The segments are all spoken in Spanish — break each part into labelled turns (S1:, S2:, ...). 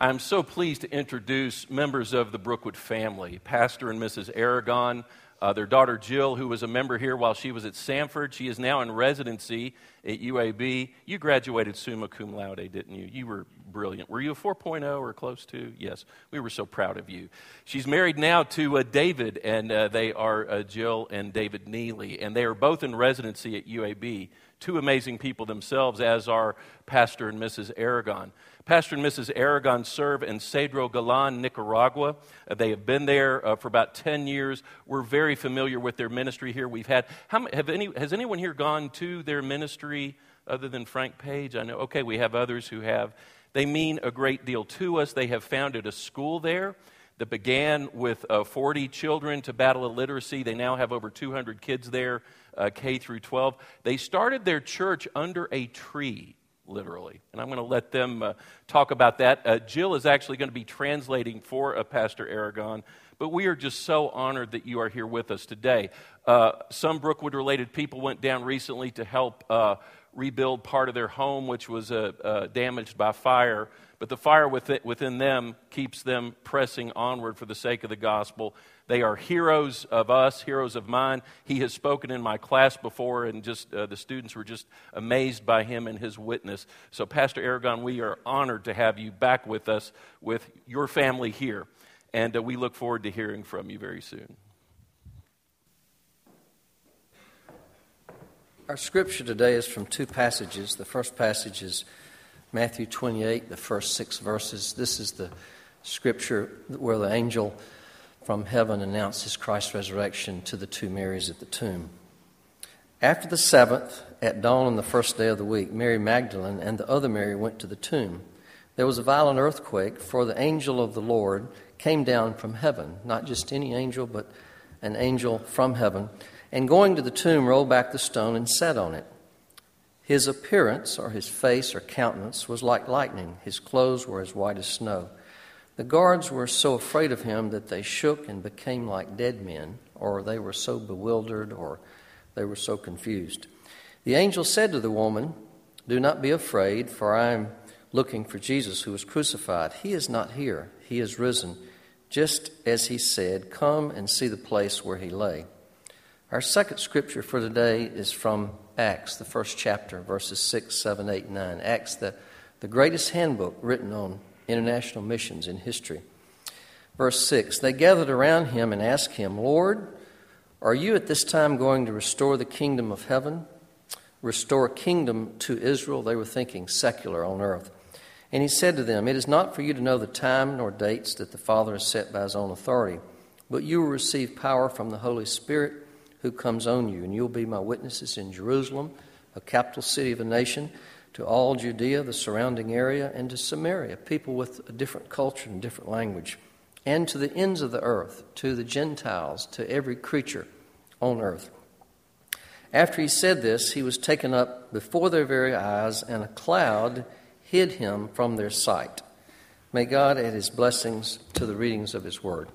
S1: I'm so pleased to introduce members of the Brookwood family Pastor and Mrs. Aragon, uh, their daughter Jill, who was a member here while she was at Sanford. She is now in residency at UAB. You graduated summa cum laude, didn't you? You were brilliant. Were you a 4.0 or close to? Yes. We were so proud of you. She's married now to uh, David, and uh, they are uh, Jill and David Neely, and they are both in residency at UAB. Two amazing people themselves, as are Pastor and Mrs. Aragon. Pastor and Mrs. Aragon serve in Cedro Galan, Nicaragua. Uh, they have been there uh, for about 10 years. We're very familiar with their ministry here. We've had, how, ma- have any, has anyone here gone to their ministry other than Frank Page? I know, okay, we have others who have. They mean a great deal to us. They have founded a school there that began with uh, 40 children to battle illiteracy. They now have over 200 kids there, uh, K through 12. They started their church under a tree literally. And I'm going to let them uh, talk about that. Uh, Jill is actually going to be translating for uh, Pastor Aragon, but we are just so honored that you are here with us today. Uh, some Brookwood related people went down recently to help uh, rebuild part of their home, which was uh, uh, damaged by fire. But the fire within, within them keeps them pressing onward for the sake of the gospel. They are heroes of us, heroes of mine. He has spoken in my class before, and just uh, the students were just amazed by him and his witness. So, Pastor Aragon, we are honored to have you back with us, with your family here, and uh, we look forward to hearing from you very soon.
S2: Our scripture today is from two passages. The first passage is Matthew 28, the first six verses. This is the scripture where the angel from heaven announces Christ's resurrection to the two Marys at the tomb. After the Sabbath, at dawn on the first day of the week, Mary Magdalene and the other Mary went to the tomb. There was a violent earthquake, for the angel of the Lord came down from heaven, not just any angel, but an angel from heaven, and going to the tomb, rolled back the stone and sat on it. His appearance, or his face or countenance, was like lightning. His clothes were as white as snow. The guards were so afraid of him that they shook and became like dead men, or they were so bewildered, or they were so confused. The angel said to the woman, Do not be afraid, for I am looking for Jesus who was crucified. He is not here, he is risen. Just as he said, Come and see the place where he lay. Our second scripture for today is from Acts, the first chapter, verses 6, 7, 8, 9. Acts, the, the greatest handbook written on international missions in history. Verse 6 They gathered around him and asked him, Lord, are you at this time going to restore the kingdom of heaven? Restore kingdom to Israel? They were thinking secular on earth. And he said to them, It is not for you to know the time nor dates that the Father has set by his own authority, but you will receive power from the Holy Spirit who comes on you, and you will be my witnesses in Jerusalem, a capital city of a nation, to all Judea, the surrounding area, and to Samaria, people with a different culture and different language, and to the ends of the earth, to the Gentiles, to every creature on earth. After he said this, he was taken up before their very eyes, and a cloud hid him from their sight. May God add his blessings to the readings of his word.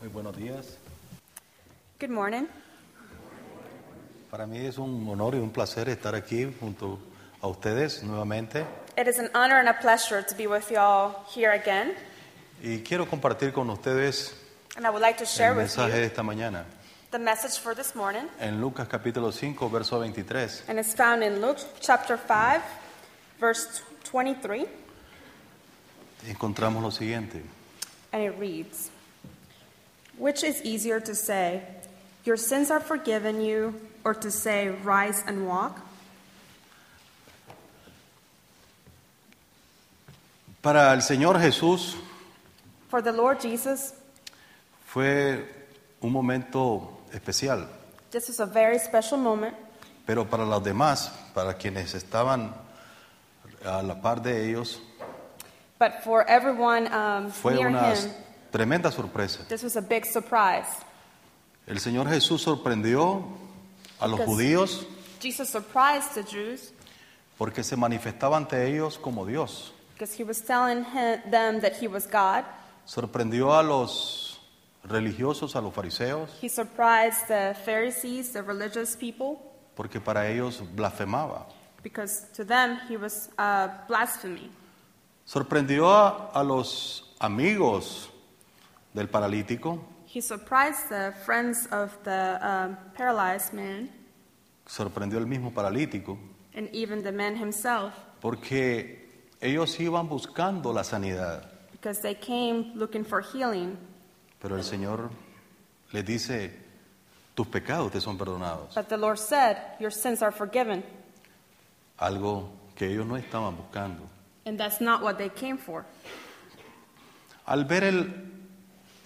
S3: Muy buenos días.
S4: Good morning.
S3: Para mí es un honor y un placer estar aquí junto a ustedes nuevamente.
S4: It is an honor and a pleasure to be with y'all here again,
S3: Y quiero compartir con ustedes
S4: and I would like to share
S3: el
S4: with
S3: mensaje de
S4: you
S3: esta mañana.
S4: the message for this morning,
S3: En Lucas capítulo 5, verso 23.
S4: and it's found in Luke chapter 5, verse 23,
S3: Encontramos lo siguiente.
S4: and it reads Which is easier to say, Your sins are forgiven you, or to say, Rise and walk?
S3: Para el Señor Jesús
S4: For the Lord Jesus,
S3: fue un momento especial,
S4: this was a very special moment,
S3: pero para los demás, para quienes estaban a la par de ellos,
S4: but for everyone um,
S3: fue
S4: near
S3: una
S4: him,
S3: tremenda sorpresa.
S4: this was a big surprise.
S3: El Señor Jesús sorprendió a los
S4: Because-
S3: judíos
S4: Jesus surprised the Jews.
S3: porque se manifestaba ante ellos como Dios.
S4: Because he was telling him, them that he was God.
S3: Sorprendió a los religiosos, a los fariseos,
S4: He surprised the Pharisees, the religious people,
S3: porque para ellos blasfemaba.
S4: because to them he was uh, blasphemy.
S3: Sorprendió a, a los amigos del paralítico,
S4: He surprised the friends of the um, paralyzed man
S3: sorprendió el mismo paralítico,
S4: and even the man himself
S3: porque ellos iban buscando la sanidad,
S4: because they came looking for healing.
S3: pero el Señor les dice, tus pecados te son perdonados,
S4: But the Lord said, Your sins are forgiven.
S3: algo que ellos no estaban buscando.
S4: And that's not what they came for.
S3: Al ver el,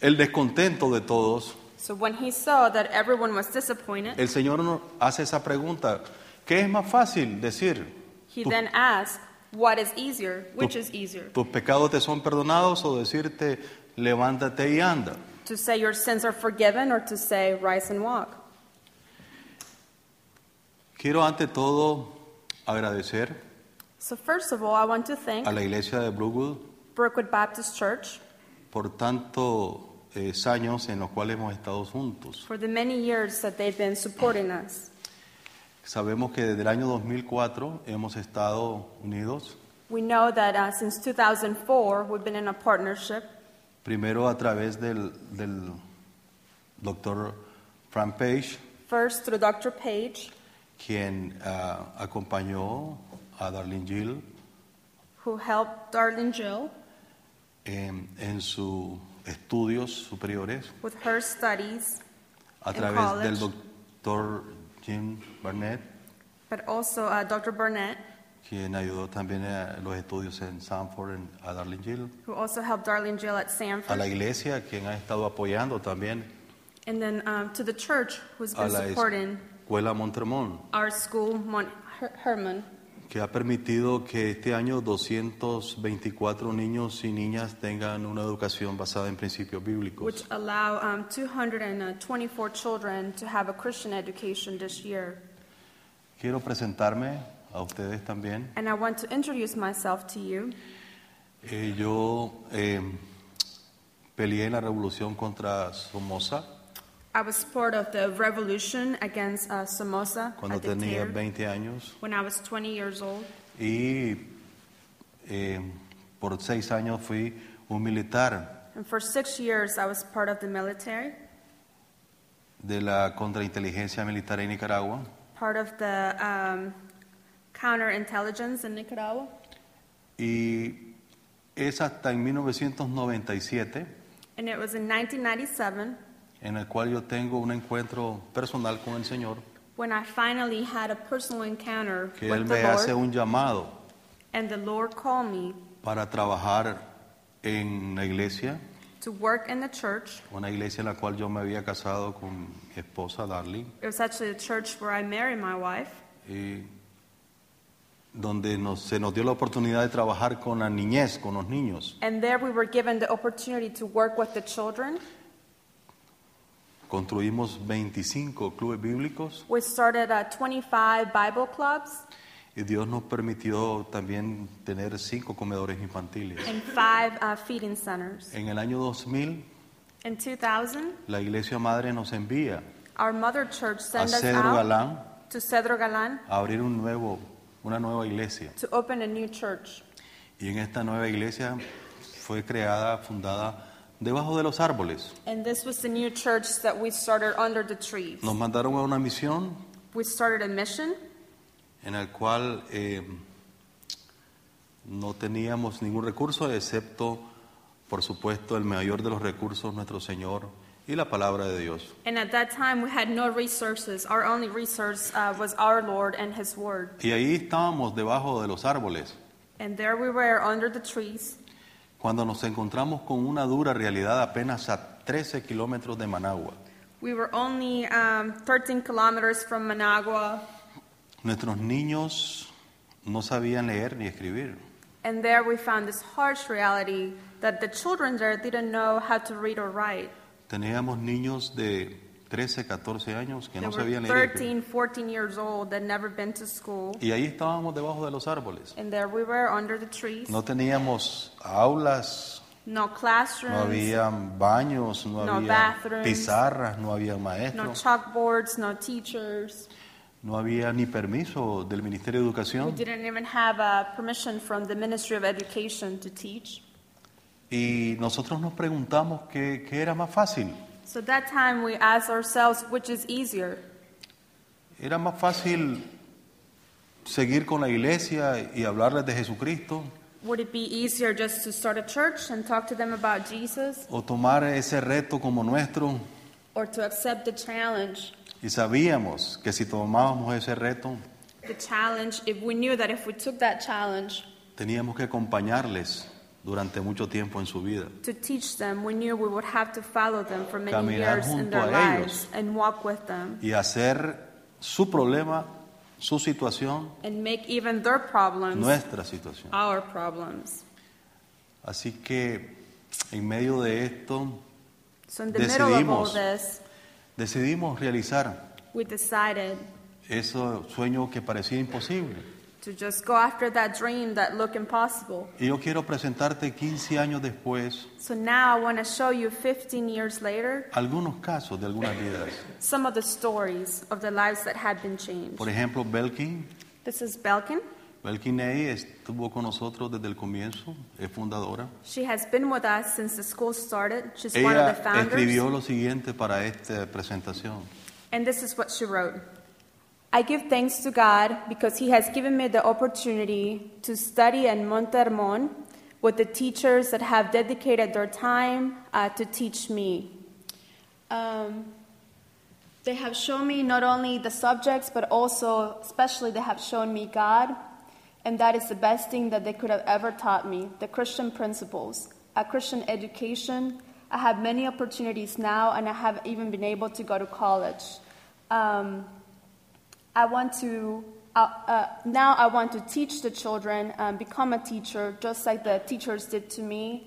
S3: el descontento de todos,
S4: So when he saw that everyone was disappointed,
S3: el Señor nos hace esa pregunta, ¿qué es más fácil decir?
S4: he
S3: Tú-
S4: then asked, What is easier? Which is easier?
S3: ¿Tus pecados te son perdonados o decirte, levántate y anda?
S4: To say your sins are forgiven or to say, Rise and walk?
S3: Quiero ante todo agradecer
S4: So, first of all, I want to thank
S3: a la iglesia de Bluewood
S4: Brookwood Baptist Church
S3: por tantos eh, años en los cuales hemos estado juntos.
S4: for the many years that they've been supporting us.
S3: Sabemos que desde el año 2004 hemos estado unidos,
S4: We know that uh, since 2004, we've been in a partnership,
S3: primero a través del, del doctor Frank Page,
S4: first through Dr. Page,
S3: quien ah, acompañó a Darlene Gill
S4: who helped Darlene Jill
S3: en, en sus estudios superiores,
S4: with her studies,
S3: a
S4: En
S3: través del
S4: college.
S3: doctor Jim Barnett,
S4: but also uh, Dr. Burnett,
S3: quien ayudó también a los estudios en Sanford, en- a Darlene Gill,
S4: who also helped Darlene Jill at
S3: a la
S4: Sanford,
S3: iglesia, quien ha estado apoyando también
S4: and then um, to the church, who's
S3: a
S4: been
S3: la
S4: supporting
S3: escuela Montremont,
S4: our school, Mon- Her- Herman,
S3: que ha permitido que este año 224 niños y niñas tengan una educación basada en principios
S4: which
S3: bíblicos.
S4: allow um, 224 children to have a Christian education this year.
S3: Quiero presentarme a ustedes también.
S4: And I want to introduce myself to you.
S3: Eh, yo eh, peleé en la revolución contra Somoza
S4: I was part of the revolution against uh, Somoza, a
S3: cuando tenía
S4: dictator,
S3: 20 años
S4: when I was 20 years old.
S3: y eh, por seis años fui un militar
S4: And for six years, I was part of the military,
S3: de la contrainteligencia militar en Nicaragua.
S4: part of the um, counterintelligence in Nicaragua.
S3: Y es hasta en 1997
S4: And it was in 1997
S3: en el cual yo tengo un encuentro personal con el Señor,
S4: when I finally had a personal encounter
S3: que Él
S4: with the
S3: me hace
S4: Lord.
S3: un llamado
S4: And the Lord called me
S3: para trabajar en la iglesia,
S4: to work in the church.
S3: una iglesia en la cual yo me había casado con mi esposa Darling,
S4: It was actually the church where I married my wife,
S3: y donde nos- se nos dio la oportunidad de trabajar con la niñez, con los niños,
S4: and there we were given the opportunity to work with the children.
S3: construimos 25 clubes bíblicos
S4: We started uh, 25 Bible clubs
S3: y Dios nos permitió también tener cinco comedores infantiles.
S4: and five uh, feeding centers.
S3: En el año 2000,
S4: In 2000,
S3: la Iglesia Madre nos envía
S4: our mother church
S3: a
S4: sent us
S3: Cedro
S4: out
S3: Galán
S4: to Cedro Galan
S3: a abrir un nuevo, una nueva iglesia.
S4: to open a new church.
S3: Y en esta nueva iglesia fue creada, fundada debajo de los árboles.
S4: And this was the new church that we started under the trees.
S3: Nos mandaron a una misión
S4: We started a mission.
S3: en la cual eh, no teníamos ningún recurso, excepto, por supuesto, el mayor de los recursos, nuestro Señor y la palabra de Dios.
S4: And at that time, we had no resources. Our only resource uh, was our Lord and His Word.
S3: Y ahí estábamos debajo de los árboles.
S4: And there we were under the trees.
S3: Cuando nos encontramos con una dura realidad apenas a 13 kilómetros de Managua,
S4: We were only um, 13 kilometers from Managua,
S3: nuestros niños no sabían leer ni escribir.
S4: and there we found this harsh reality that the children there didn't know how to read or write.
S3: Teníamos niños de 13, 14 años que
S4: They
S3: no
S4: were
S3: sabían leer. ni
S4: 13, 14 years old, that never been to school,
S3: escribir. Y ahí estábamos debajo de los árboles.
S4: and there we were under the trees.
S3: No teníamos aulas,
S4: No
S3: no
S4: classrooms,
S3: había baños, no,
S4: No
S3: había
S4: bathrooms.
S3: pizarras, no había
S4: no
S3: maestros.
S4: chalkboards, no teachers.
S3: No había ni permiso del Ministerio de
S4: We
S3: Educación
S4: didn't even have uh, permission from the Ministry of Education to teach.
S3: y nosotros nos preguntamos qué, qué era más fácil.
S4: So that time we asked ourselves which is easier.
S3: Era más fácil seguir con la iglesia y hablarles de Jesucristo
S4: Would it be easier just to start a church and talk to them about Jesus
S3: o tomar ese reto como nuestro.
S4: or to accept the challenge?
S3: Y sabíamos que si tomábamos ese reto,
S4: The challenge, if we knew that if we took that challenge
S3: teníamos que acompañarles durante mucho tiempo en su vida.
S4: to teach them, we knew we would have to follow them for many
S3: Caminar
S4: years in
S3: junto
S4: their
S3: a ellos.
S4: lives and walk with them
S3: y hacer su problema, su situación,
S4: and make even their problems
S3: nuestra situación.
S4: our problems.
S3: Así que en medio de esto
S4: So in the middle of all
S3: Decidimos.
S4: this,
S3: decidimos realizar
S4: we decided
S3: ese sueño que parecía imposible.
S4: to just go after that dream that looked impossible.
S3: Y yo quiero presentarte 15 años después
S4: So now I want to show you 15 years later
S3: algunos casos de algunas vidas.
S4: some of the stories of the lives that had been changed.
S3: Por ejemplo, Belkin.
S4: This is Belkin.
S3: Belkin Ney estuvo con nosotros desde el comienzo, es fundadora.
S4: She has been with us since the school started. She's one of the
S3: Ella
S4: founders.
S3: escribió lo siguiente para esta presentación.
S4: And this is what she wrote I give thanks to God because He has given me the opportunity to study in Montermon with the teachers that have dedicated their time uh, to teach me. Um, they have shown me not only the subjects, but also, especially, they have shown me God. And that is the best thing that they could have ever taught me the Christian principles, a Christian education. I have many opportunities now, and I have even been able to go to college. Um, I want to. Uh, uh, now I want to teach the children, um, become a teacher, just like the teachers did to me,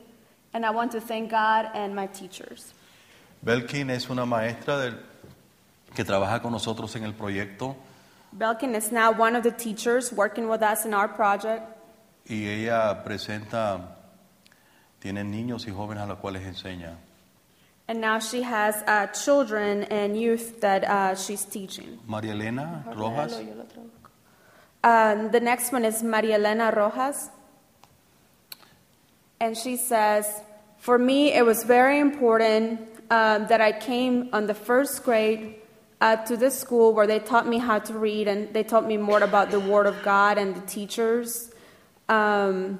S4: and I want to thank God and my teachers.
S3: Belkin es una maestra del- que trabaja con nosotros en el proyecto
S4: Belkin is now one of the teachers working with us in our project.
S3: y ella presenta, tiene niños y jóvenes a los cuales enseña.
S4: And now she has uh, children and youth that uh, she's teaching.
S3: María Elena Rojas,
S4: Um, the next one is Maria Elena Rojas. And she says, For me, it was very important um, that I came on the first grade uh, to this school where they taught me how to read and they taught me more about the Word of God and the teachers. Um,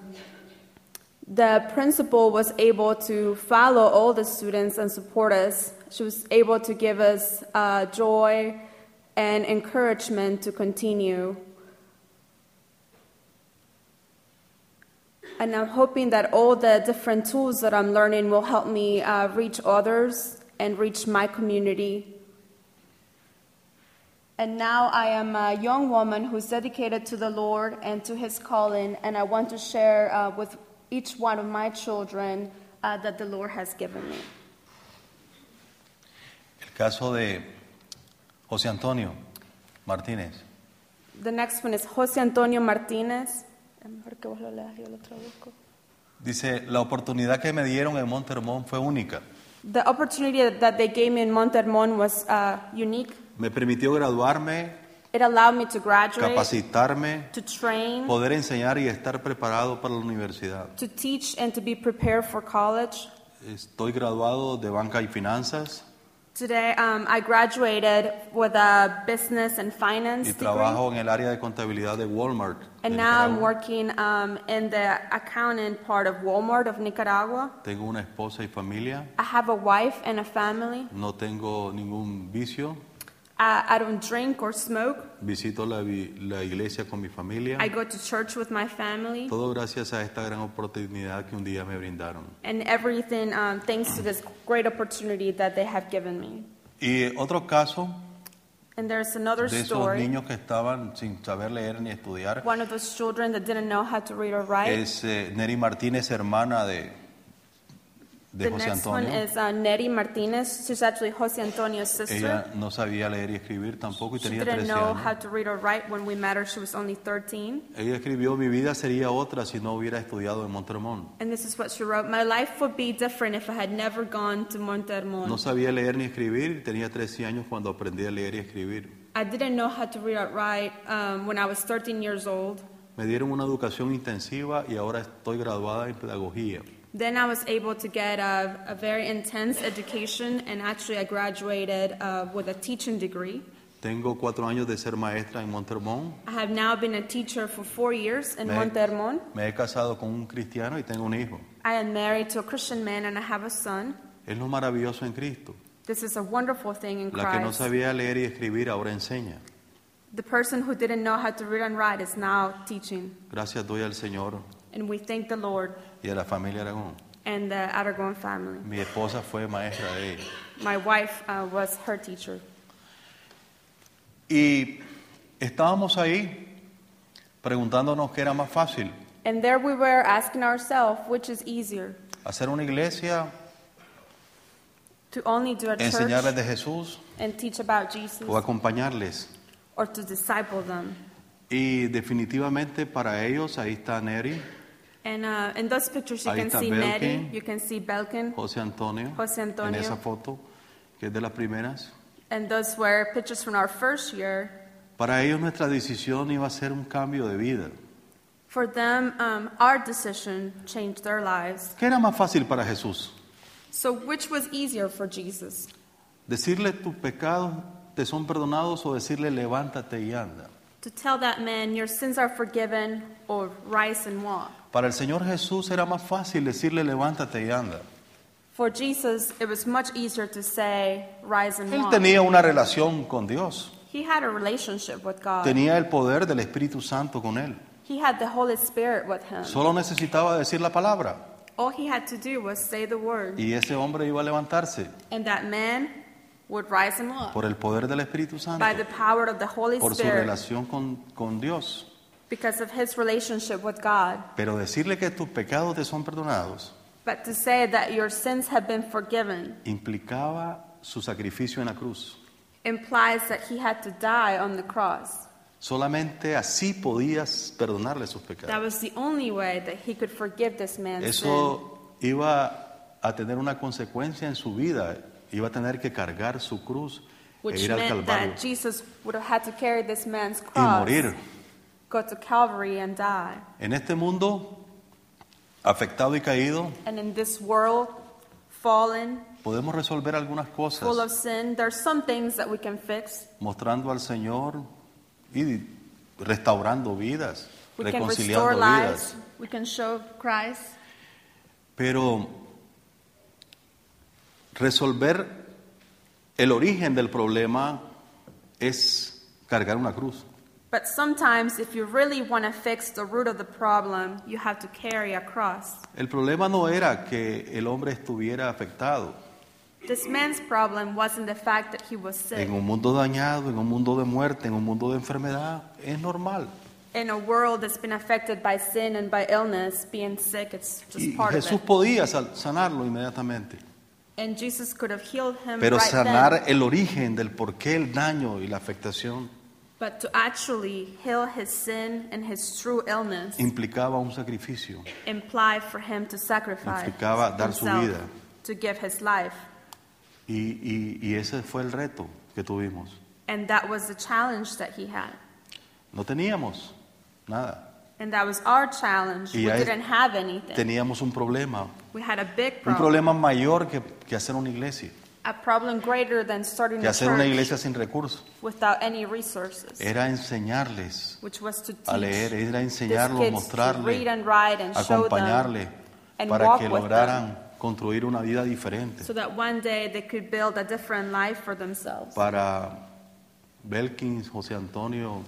S4: the principal was able to follow all the students and support us. She was able to give us uh, joy and encouragement to continue. And I'm hoping that all the different tools that I'm learning will help me uh, reach others and reach my community. And now I am a young woman who's dedicated to the Lord and to his calling, and I want to share uh, with each one of my children uh, that the Lord has given me.
S3: el caso de José Antonio Martínez.
S4: The next one is Jose Antonio Martinez. Es mejor que vos lo leas, yo lo traduzco.
S3: Dice, la oportunidad que me dieron en Monte Hermón fue única.
S4: The opportunity that they gave me in Montermon was uh, unique.
S3: Me permitió graduarme,
S4: It allowed me to graduate,
S3: capacitarme,
S4: to train,
S3: poder enseñar y estar preparado para la universidad.
S4: to teach, and to be prepared for college.
S3: Estoy graduado de Banca y Finanzas
S4: Today, um, I graduated with a business and finance
S3: y
S4: degree,
S3: trabajo en el área de contabilidad de Walmart. de
S4: and now I'm
S3: Nicaragua.
S4: working um, in the accounting part of Walmart of Nicaragua.
S3: Tengo una esposa y familia.
S4: I have a wife and a family.
S3: No tengo ningún vicio.
S4: I, I don't drink or smoke.
S3: Visito la, vi- la iglesia con mi familia.
S4: I go to church with my family.
S3: Todo gracias a esta gran oportunidad que un día me brindaron.
S4: and everything um, thanks to this great opportunity that they have given me.
S3: Y otro caso
S4: And there's another
S3: de esos
S4: story.
S3: niños que estaban sin saber leer ni estudiar
S4: One of those children that didn't know how to read or write.
S3: es eh, Neri Martínez, hermana de, de
S4: the
S3: José
S4: next one
S3: Antonio.
S4: is uh, Neri Martinez. She's actually Jose Antonio's sister.
S3: Ella no sabía leer y escribir tampoco y
S4: She
S3: tenía
S4: didn't
S3: 13
S4: know how
S3: años.
S4: to read or write when we met her. She was only 13.
S3: Ella escribió, mi vida sería otra si no hubiera estudiado en Montremont.
S4: And this is what she wrote My life would be different if I had never gone to Montermon.
S3: No sabía leer ni escribir, tenía 13 años cuando aprendí a leer y escribir.
S4: I didn't know how to read or write um, when I was 13 years old.
S3: Me dieron una educación intensiva y ahora estoy graduada en pedagogía.
S4: Then I was able to get a, a very intense education, and actually, I graduated uh, with a teaching degree.
S3: Tengo cuatro años de ser maestra en Montermont.
S4: I have now been a teacher for four years in
S3: Me-
S4: Montermont.
S3: Me he casado con un cristiano y tengo un hijo.
S4: I am married to a Christian man, and I have a son.
S3: Es lo maravilloso en Cristo.
S4: This is a wonderful thing in
S3: La que no
S4: Christ.
S3: sabía leer y escribir ahora enseña.
S4: the person who didn't know how to read and write is now teaching,
S3: Gracias doy al Señor
S4: and we thank the Lord
S3: y a la familia Aragón.
S4: and the Aragon family.
S3: Mi esposa fue maestra de ella.
S4: My wife uh, was her teacher.
S3: Y estábamos ahí preguntándonos qué era más fácil,
S4: And there we were asking ourselves, which is easier,
S3: hacer una iglesia,
S4: to only do a
S3: enseñarles
S4: church
S3: de Jesús
S4: and teach about Jesus
S3: o acompañarles.
S4: or to disciple them.
S3: Y definitivamente para ellos, ahí está Neri,
S4: And uh, in those pictures, you
S3: Ahí
S4: can
S3: está
S4: see
S3: Belkin. Oh.
S4: Neri, you can see Belkin,
S3: José Antonio,
S4: José Antonio.
S3: en esa foto, que es de las primeras.
S4: and those were pictures from our first year.
S3: Para ellos nuestra decisión iba a ser un cambio de vida.
S4: For them, um, our decision changed their lives.
S3: ¿Qué era más fácil para Jesús?
S4: So, which was easier for Jesus?
S3: ¿Decirle tus pecados te son perdonados o decirle levántate y anda?
S4: To tell that man, Your sins are forgiven, or rise and walk.
S3: Para el Señor Jesús era más fácil decirle levántate y anda.
S4: For Jesus, it was much easier to say, Rise and
S3: Él
S4: walk.
S3: tenía una relación con Dios,
S4: He had a relationship with God.
S3: tenía el poder del Espíritu Santo con Él.
S4: He had the Holy Spirit with him.
S3: Solo necesitaba decir la palabra
S4: All he had to do was say the word,
S3: y ese hombre iba a levantarse
S4: and that man would rise and walk
S3: por el poder del Espíritu Santo,
S4: by the power of the Holy
S3: por su
S4: Spirit
S3: relación con, con Dios.
S4: because of his relationship with God.
S3: Pero decirle que tus pecados te son perdonados
S4: But to say that your sins have been forgiven
S3: implicaba su sacrificio en la cruz.
S4: implies that he had to die on the cross.
S3: Solamente así podías perdonarle sus pecados.
S4: That was the only way that he could forgive this man's sin.
S3: Eso iba a tener una consecuencia en su vida. Iba a tener que cargar su cruz e
S4: Which
S3: ir al
S4: meant
S3: Calvario
S4: that Jesus would have had to carry this man's
S3: y
S4: cross,
S3: morir.
S4: go to Calvary and die.
S3: En este mundo afectado y caído,
S4: And in this world, fallen,
S3: podemos resolver algunas
S4: full of
S3: cosas
S4: sin, there's some things that we can fix.
S3: mostrando al Señor y restaurando vidas,
S4: We can restore
S3: reconciliando
S4: lives.
S3: vidas.
S4: We can show Christ.
S3: Pero resolver el origen del problema es cargar una cruz.
S4: But sometimes, if you really want to fix the root of the problem, you have to carry a cross.
S3: El problema no era que el hombre estuviera afectado
S4: This man's problem wasn't the fact that he was sick.
S3: en un mundo dañado, en un mundo de muerte, en un mundo de enfermedad. Es normal.
S4: In a world that's been affected by sin and by illness, being sick is just
S3: Y
S4: part
S3: Jesús
S4: of it.
S3: podía sal- sanarlo inmediatamente,
S4: And Jesus could have healed him
S3: pero
S4: right
S3: sanar
S4: then.
S3: el origen del porqué el daño y la afectación
S4: But to actually heal his sin and his true illness
S3: implicaba un sacrificio.
S4: implied for him to sacrifice
S3: Implicaba dar su
S4: himself,
S3: vida.
S4: to give his life.
S3: Y, y- y ese fue el reto que tuvimos.
S4: And that was the challenge that he had.
S3: No teníamos nada.
S4: And that was our challenge.
S3: Y
S4: we
S3: ahí
S4: didn't have anything.
S3: Teníamos un problema,
S4: we had a big
S3: un
S4: problem.
S3: problema mayor que, que hacer una iglesia,
S4: A problem greater than starting
S3: que
S4: a
S3: hacer una
S4: church
S3: iglesia sin recursos.
S4: without any resources,
S3: Era enseñarles
S4: which was to teach
S3: a leer, era
S4: these
S3: enseñarlos,
S4: kids to read
S3: mostrarles,
S4: and write and show
S3: acompañarles
S4: them and
S3: para
S4: walk
S3: que
S4: with them
S3: lograran construir una vida diferente.
S4: so that one day they could build a different life for themselves.
S3: Para Belkins, José Antonio,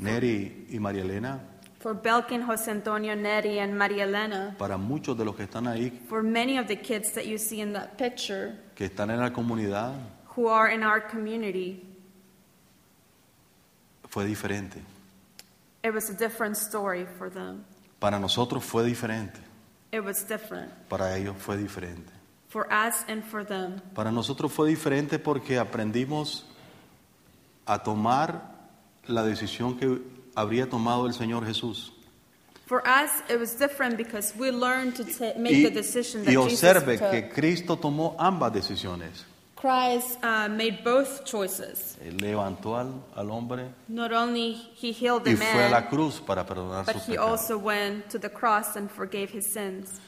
S3: Neri y María Elena,
S4: For Belkin, Jose Antonio, Neri, and Maria Elena,
S3: para muchos de los que están ahí,
S4: for many of the kids that you see in that picture
S3: que están en la comunidad,
S4: who are in our community,
S3: fue diferente.
S4: it was a different story for them.
S3: Para nosotros fue diferente,
S4: It was different
S3: para ellos fue diferente.
S4: for us and for them.
S3: Para nosotros fue diferente porque aprendimos a tomar la decisión que habría tomado el Señor Jesús.
S4: For us, it was different because we learned to ta- make
S3: Y,
S4: the decision that
S3: y
S4: Jesus
S3: observe
S4: took.
S3: que Cristo tomó ambas decisiones.
S4: Christ uh, made both choices.
S3: Él levantó al, al hombre
S4: Not only he healed
S3: y
S4: the
S3: fue a la
S4: man,
S3: cruz para perdonar
S4: but
S3: sus
S4: he
S3: pecados.
S4: also went to the cross and forgave his sins.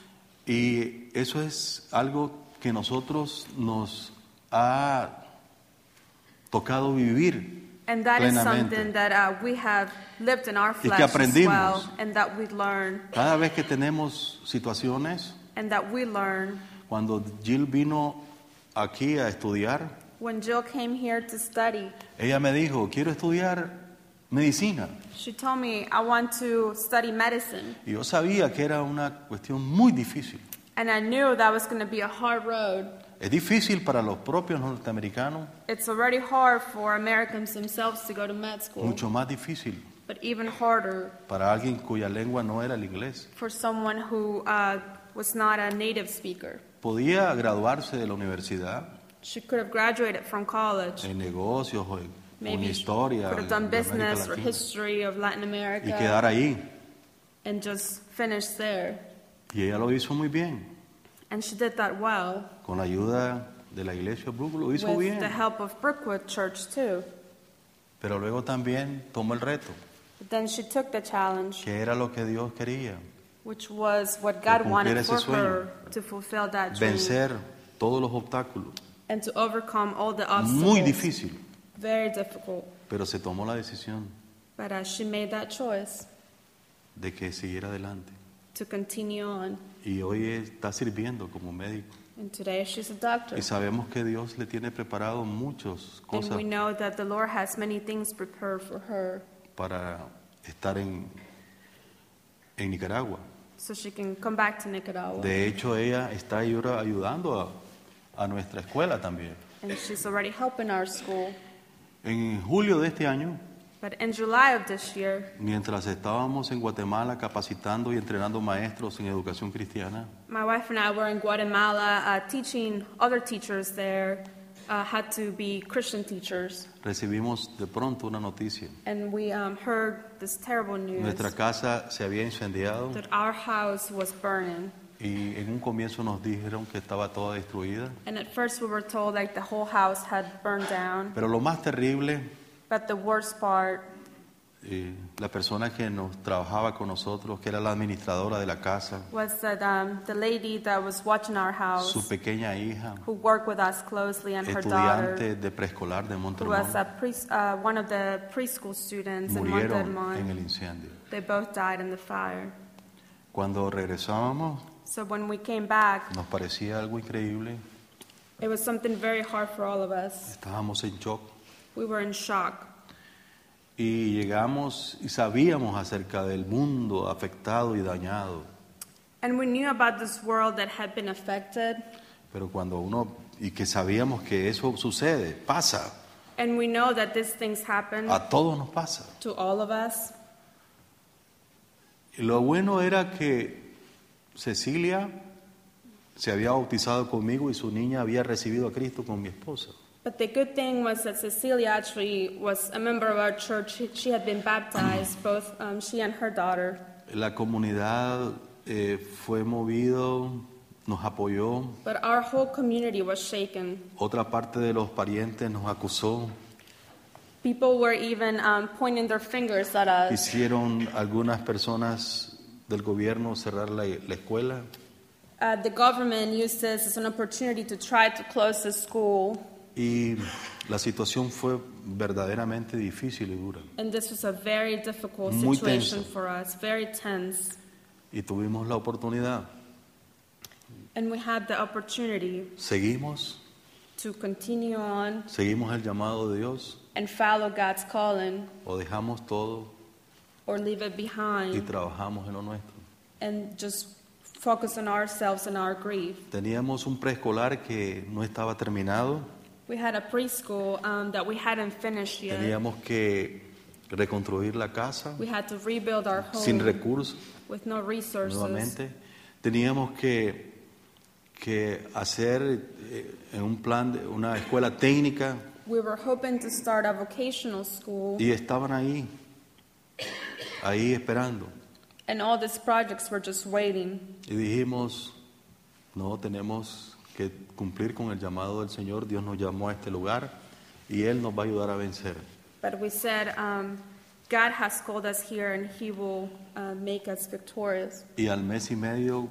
S3: Y eso es algo que nosotros nos ha tocado vivir
S4: And that is something
S3: plenamente.
S4: that uh, we have lived in our
S3: que
S4: flesh as well,
S3: aprendimos.
S4: and that we learn,
S3: Cada vez que tenemos situaciones,
S4: and that we learn.
S3: cuando Jill vino aquí a estudiar,
S4: When Jill came here to study,
S3: ella me dijo, quiero estudiar medicina.
S4: she told me, I want to study medicine.
S3: Y yo sabía que era una cuestión muy difícil.
S4: And I knew that was going to be a hard road.
S3: Es difícil para los propios norteamericanos,
S4: It's already hard for Americans themselves to go to med school,
S3: mucho más difícil
S4: but even harder
S3: para alguien cuya lengua no era el inglés.
S4: for someone who uh, was not a native speaker.
S3: Podía graduarse de la universidad
S4: She could have graduated from college.
S3: en negocios o en, o en
S4: Maybe she
S3: Eh, historia
S4: could
S3: en
S4: have done
S3: América
S4: business or
S3: Latina,
S4: history of Latin
S3: y
S4: America
S3: quedar ahí.
S4: and just finish there.
S3: Y ella lo hizo muy bien,
S4: And she did that well
S3: con la ayuda de la iglesia Brook lo hizo
S4: with
S3: bien,
S4: the help of Brookwood Church too.
S3: pero luego también tomó el reto,
S4: But then she took the challenge,
S3: que era lo que Dios quería,
S4: which was what God
S3: cumplir
S4: wanted
S3: ese
S4: for
S3: sueño.
S4: her to fulfill that dream
S3: vencer todos los obstáculos.
S4: and to overcome all the obstacles.
S3: Muy difícil,
S4: Very difficult.
S3: pero se tomó la decisión
S4: But uh, she made that choice
S3: de que siguiera adelante.
S4: to continue on.
S3: Y hoy está sirviendo como médico.
S4: And today she's a doctor.
S3: Y sabemos que Dios le tiene preparado muchas
S4: And
S3: cosas
S4: we know that the Lord has many things prepared for her
S3: para estar en, en Nicaragua.
S4: so she can come back to Nicaragua.
S3: De hecho, ella está ayuda- ayudando a, a nuestra escuela también.
S4: and she's already helping our school.
S3: En julio de este año,
S4: But in July of this year,
S3: mientras estábamos en Guatemala capacitando y entrenando maestros en educación cristiana,
S4: My wife and I were in Guatemala uh, teaching other teachers there, uh, had to be Christian teachers,
S3: recibimos de pronto una noticia.
S4: and we um, heard this terrible news
S3: Nuestra casa se había incendiado
S4: that our house was burning.
S3: y en un comienzo nos dijeron que estaba toda destruida.
S4: And at first we were told like the whole house had burned down,
S3: Pero lo más terrible,
S4: but the worst part,
S3: eh, la persona que nos trabajaba con nosotros, que era la administradora de la casa,
S4: was that um, the lady that was watching our house,
S3: su pequeña hija,
S4: who worked with us closely, and her daughter,
S3: estudiante de preescolar de
S4: who was
S3: Monterrey,
S4: a pre- uh, one of the preschool students in
S3: murieron en el
S4: Montermont,
S3: incendio.
S4: they both died in the fire.
S3: Cuando regresábamos,
S4: So when we came back,
S3: nos parecía algo increíble,
S4: It was something very hard for all of us.
S3: estábamos en shock
S4: We were in shock.
S3: y llegamos y sabíamos acerca del mundo afectado y dañado.
S4: And we knew about this world that had been affected.
S3: Pero cuando uno, y que sabíamos que eso sucede, pasa,
S4: And we know that these things happen
S3: a todos nos pasa.
S4: to all of us.
S3: Y Lo bueno era que Cecilia se había bautizado conmigo y su niña había recibido a Cristo con mi esposa.
S4: But the good thing was that Cecilia actually was a member of our church. She- She had been baptized, both um, she and her daughter.
S3: La comunidad eh, fue movido, nos apoyó,
S4: But our whole community was shaken.
S3: otra parte de los parientes nos acusó,
S4: People were even um, pointing their fingers at us.
S3: hicieron algunas personas del gobierno cerrar la, la escuela,
S4: Uh, the government used this as an opportunity to try to close the school.
S3: y la situación fue verdaderamente difícil y dura.
S4: And this was a very difficult
S3: Muy
S4: situation
S3: tenso.
S4: for us, very tense.
S3: Y tuvimos la oportunidad,
S4: And we had the opportunity
S3: seguimos,
S4: to continue on
S3: seguimos el llamado de Dios
S4: and follow God's calling
S3: o dejamos todo
S4: or leave it
S3: y
S4: behind
S3: trabajamos en lo nuestro.
S4: and just focus on ourselves and our grief.
S3: Teníamos un preescolar que no estaba terminado,
S4: We had a preschool um, that we hadn't finished yet.
S3: teníamos que reconstruir la casa
S4: We had to rebuild our home
S3: sin recursos
S4: with no resources.
S3: nuevamente, teníamos que, que hacer eh, en un plan de una escuela técnica
S4: We were hoping to start a vocational school,
S3: y estaban ahí, ahí esperando.
S4: and all these projects were just waiting.
S3: Y dijimos, no tenemos que cumplir con el llamado del Señor. Dios nos llamó a este lugar y Él nos va a ayudar a vencer.
S4: But we said, um, God has called us here and He will uh, make us victorious.
S3: Y al mes y medio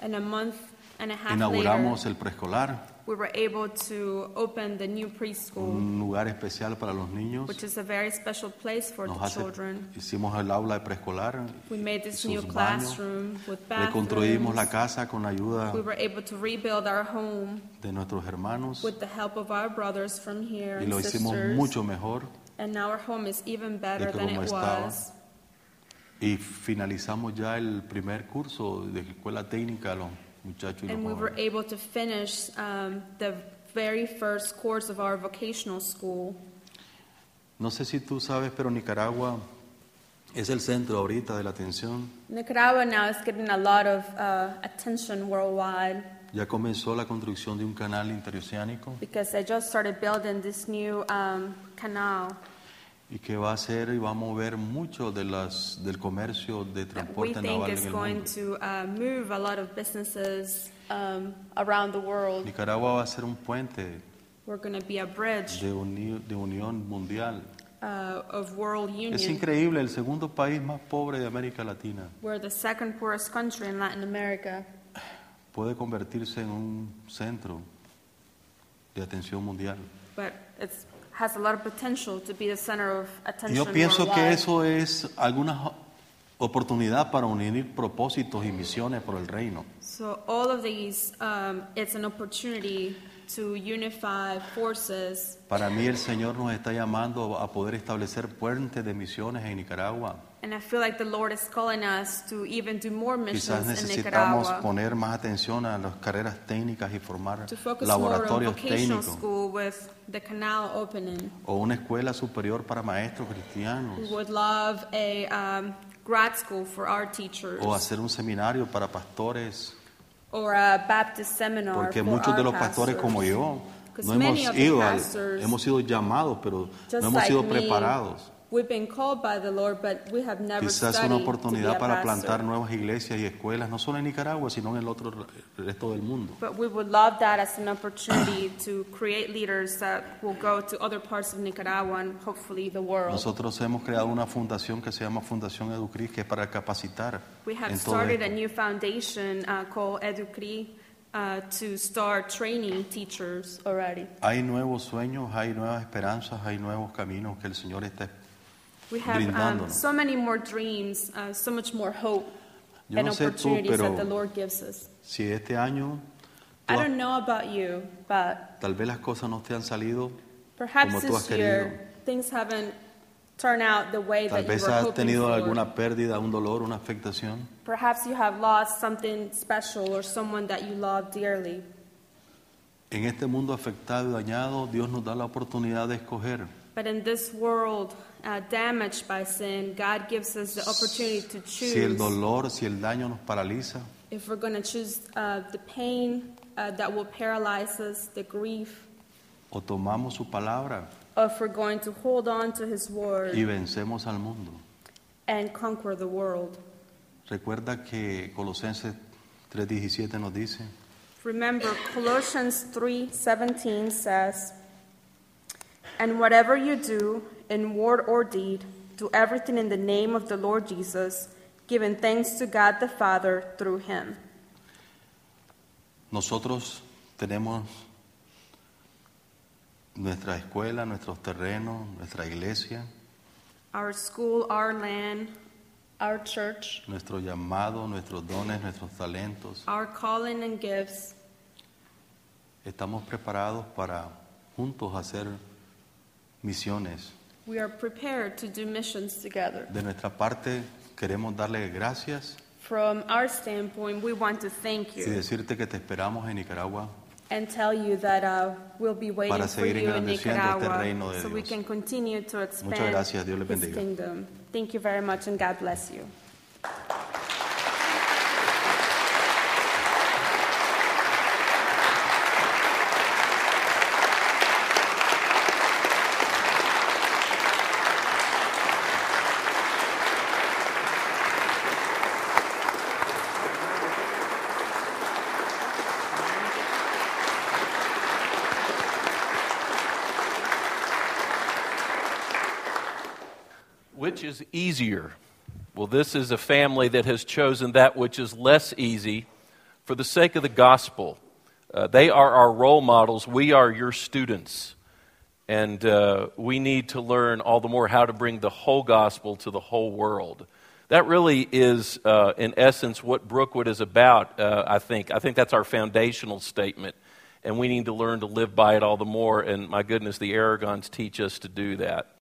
S4: And a month and a half
S3: inauguramos
S4: later,
S3: el preescolar,
S4: we were able to open the new preschool,
S3: un lugar especial para los niños.
S4: Oh. which is a very special place
S3: Mm.
S4: for
S3: Nos
S4: the
S3: hace-
S4: children.
S3: hicimos el aula de preescolar,
S4: We made this
S3: sus
S4: new
S3: baños.
S4: classroom with
S3: reconstruimos la
S4: bathrooms.
S3: casa con la ayuda
S4: We were able to rebuild our home
S3: de nuestros hermanos
S4: with the help of our brothers from here
S3: y
S4: and
S3: lo hicimos
S4: sisters.
S3: mucho mejor
S4: And now our home is even better
S3: de
S4: than
S3: como
S4: it
S3: estaba.
S4: was.
S3: y finalizamos ya el primer curso de escuela técnica a los muchachos y los
S4: And we were
S3: jóvenes.
S4: able to finish um, the very first course of our vocational school.
S3: No sé si tú sabes, pero Nicaragua es el centro ahorita de la atención.
S4: Nicaragua now is getting a lot of uh, attention worldwide
S3: Ya comenzó la construcción de un canal interoceánico
S4: because they just started building this new um, canal
S3: y que va a hacer y va a mover mucho de las, del comercio de
S4: that we
S3: transporte
S4: think
S3: naval en
S4: is
S3: el
S4: going
S3: mundo.
S4: to uh, move a lot of businesses um, around the world.
S3: Nicaragua va a ser un puente
S4: We're going to be a bridge
S3: de, uni- de unión mundial.
S4: uh, of world
S3: Es
S4: union.
S3: increíble, el segundo país más pobre de América Latina
S4: We're the second poorest country in Latin America.
S3: puede convertirse en un centro de atención mundial.
S4: But it has a lot of potential to be the center of attention.
S3: Yo pienso que
S4: worldwide.
S3: eso es alguna oportunidad para unir propósitos y misiones por el reino.
S4: So all of these, um, it's an opportunity to unify forces.
S3: Para mí el Señor nos está llamando a poder establecer puentes de misiones en Nicaragua.
S4: And I feel like the Lord is calling us to even do more
S3: Quizás
S4: missions in
S3: necesitamos
S4: Nicaragua.
S3: poner más atención a las carreras técnicas y formar
S4: To focus more on
S3: laboratorios
S4: vocational
S3: técnicos
S4: school with the canal opening.
S3: o una escuela superior para maestros
S4: We
S3: cristianos
S4: would love a um, grad school for our teachers
S3: o hacer un seminario para pastores,
S4: or a Baptist seminar
S3: porque
S4: for
S3: muchos
S4: our
S3: de los pastores
S4: pastors.
S3: como yo no
S4: 'Cause many
S3: hemos
S4: of the
S3: ido, al-
S4: pastors,
S3: hemos sido llamados, pero
S4: Just
S3: no hemos
S4: like
S3: sido
S4: me,
S3: preparados.
S4: We've been called by the Lord, but we have never
S3: Quizás
S4: studied
S3: una
S4: to be
S3: oportunidad
S4: a
S3: para
S4: pastor.
S3: plantar nuevas iglesias y escuelas, no solo en Nicaragua, sino en el otro el resto del mundo.
S4: But we would love that as an opportunity to create leaders that will go to other parts of Nicaragua and hopefully the world.
S3: Nosotros hemos creado una fundación que se llama Fundación Educris, que es para capacitar
S4: we have
S3: en todo
S4: started a
S3: esto.
S4: new foundation uh, called EduCri uh, to start training teachers already.
S3: Hay nuevos sueños, hay nuevas esperanzas, hay nuevos caminos que el Señor está.
S4: We have um,
S3: Brindándonos.
S4: so many more dreams, uh, so much more hope
S3: Yo
S4: and
S3: no sé tú,
S4: opportunities
S3: pero
S4: that the Lord gives us.
S3: si este año tú
S4: I
S3: has-
S4: don't know about you, but
S3: tal vez las cosas no te han salido,
S4: perhaps
S3: Como tú has
S4: this year things haven't turned out the way
S3: tal
S4: that you
S3: vez
S4: were
S3: has
S4: hoping
S3: tenido
S4: for.
S3: alguna pérdida, un dolor, una afectación.
S4: Perhaps you have lost something special or someone that you love dearly.
S3: En este mundo afectado y dañado, Dios nos da la oportunidad de escoger
S4: But in this world uh, damaged by sin, God gives us the opportunity to
S3: si el
S4: choose
S3: dolor, si el daño nos paraliza,
S4: if we're going to choose uh, the pain uh, that will paralyze us, the grief,
S3: o tomamos su palabra
S4: or if we're going to hold on to His
S3: y
S4: word
S3: vencemos al mundo.
S4: and conquer the world.
S3: Recuerda que Colosenses 3:17 nos dice,
S4: Remember, Colossians 3:17 says, "And whatever you do, in word or deed, do everything in the name of the Lord Jesus, giving thanks to God the Father through him."
S3: nosotros tenemos nuestra escuela, nuestros terrenos, nuestra iglesia,
S4: Our school, our land, our church,
S3: nuestro llamado, nuestros dones, nuestros talentos.
S4: our calling and gifts,
S3: Estamos preparados para juntos hacer misiones.
S4: we are prepared to do missions together.
S3: De nuestra parte queremos darle gracias
S4: From our standpoint, we want to thank
S3: y
S4: you
S3: decirte que te esperamos en Nicaragua
S4: and tell you that uh, we'll be waiting
S3: Para
S4: for
S3: seguir
S4: you in
S3: engrandeciendo este reino
S4: Nicaragua
S3: de
S4: so we
S3: Dios.
S4: can continue to expand
S3: gracias, Dios le
S4: his
S3: bendiga.
S4: kingdom. Thank you very much and God bless you.
S1: Which is easier? Well, this is a family that has chosen that which is less easy for the sake of the gospel. Uh, they are our role models. We are your students. And uh, we need to learn all the more how to bring the whole gospel to the whole world. That really is, uh, in essence, what Brookwood is about, uh, I think. I think that's our foundational statement. And we need to learn to live by it all the more. And my goodness, the Aragons teach us to do that.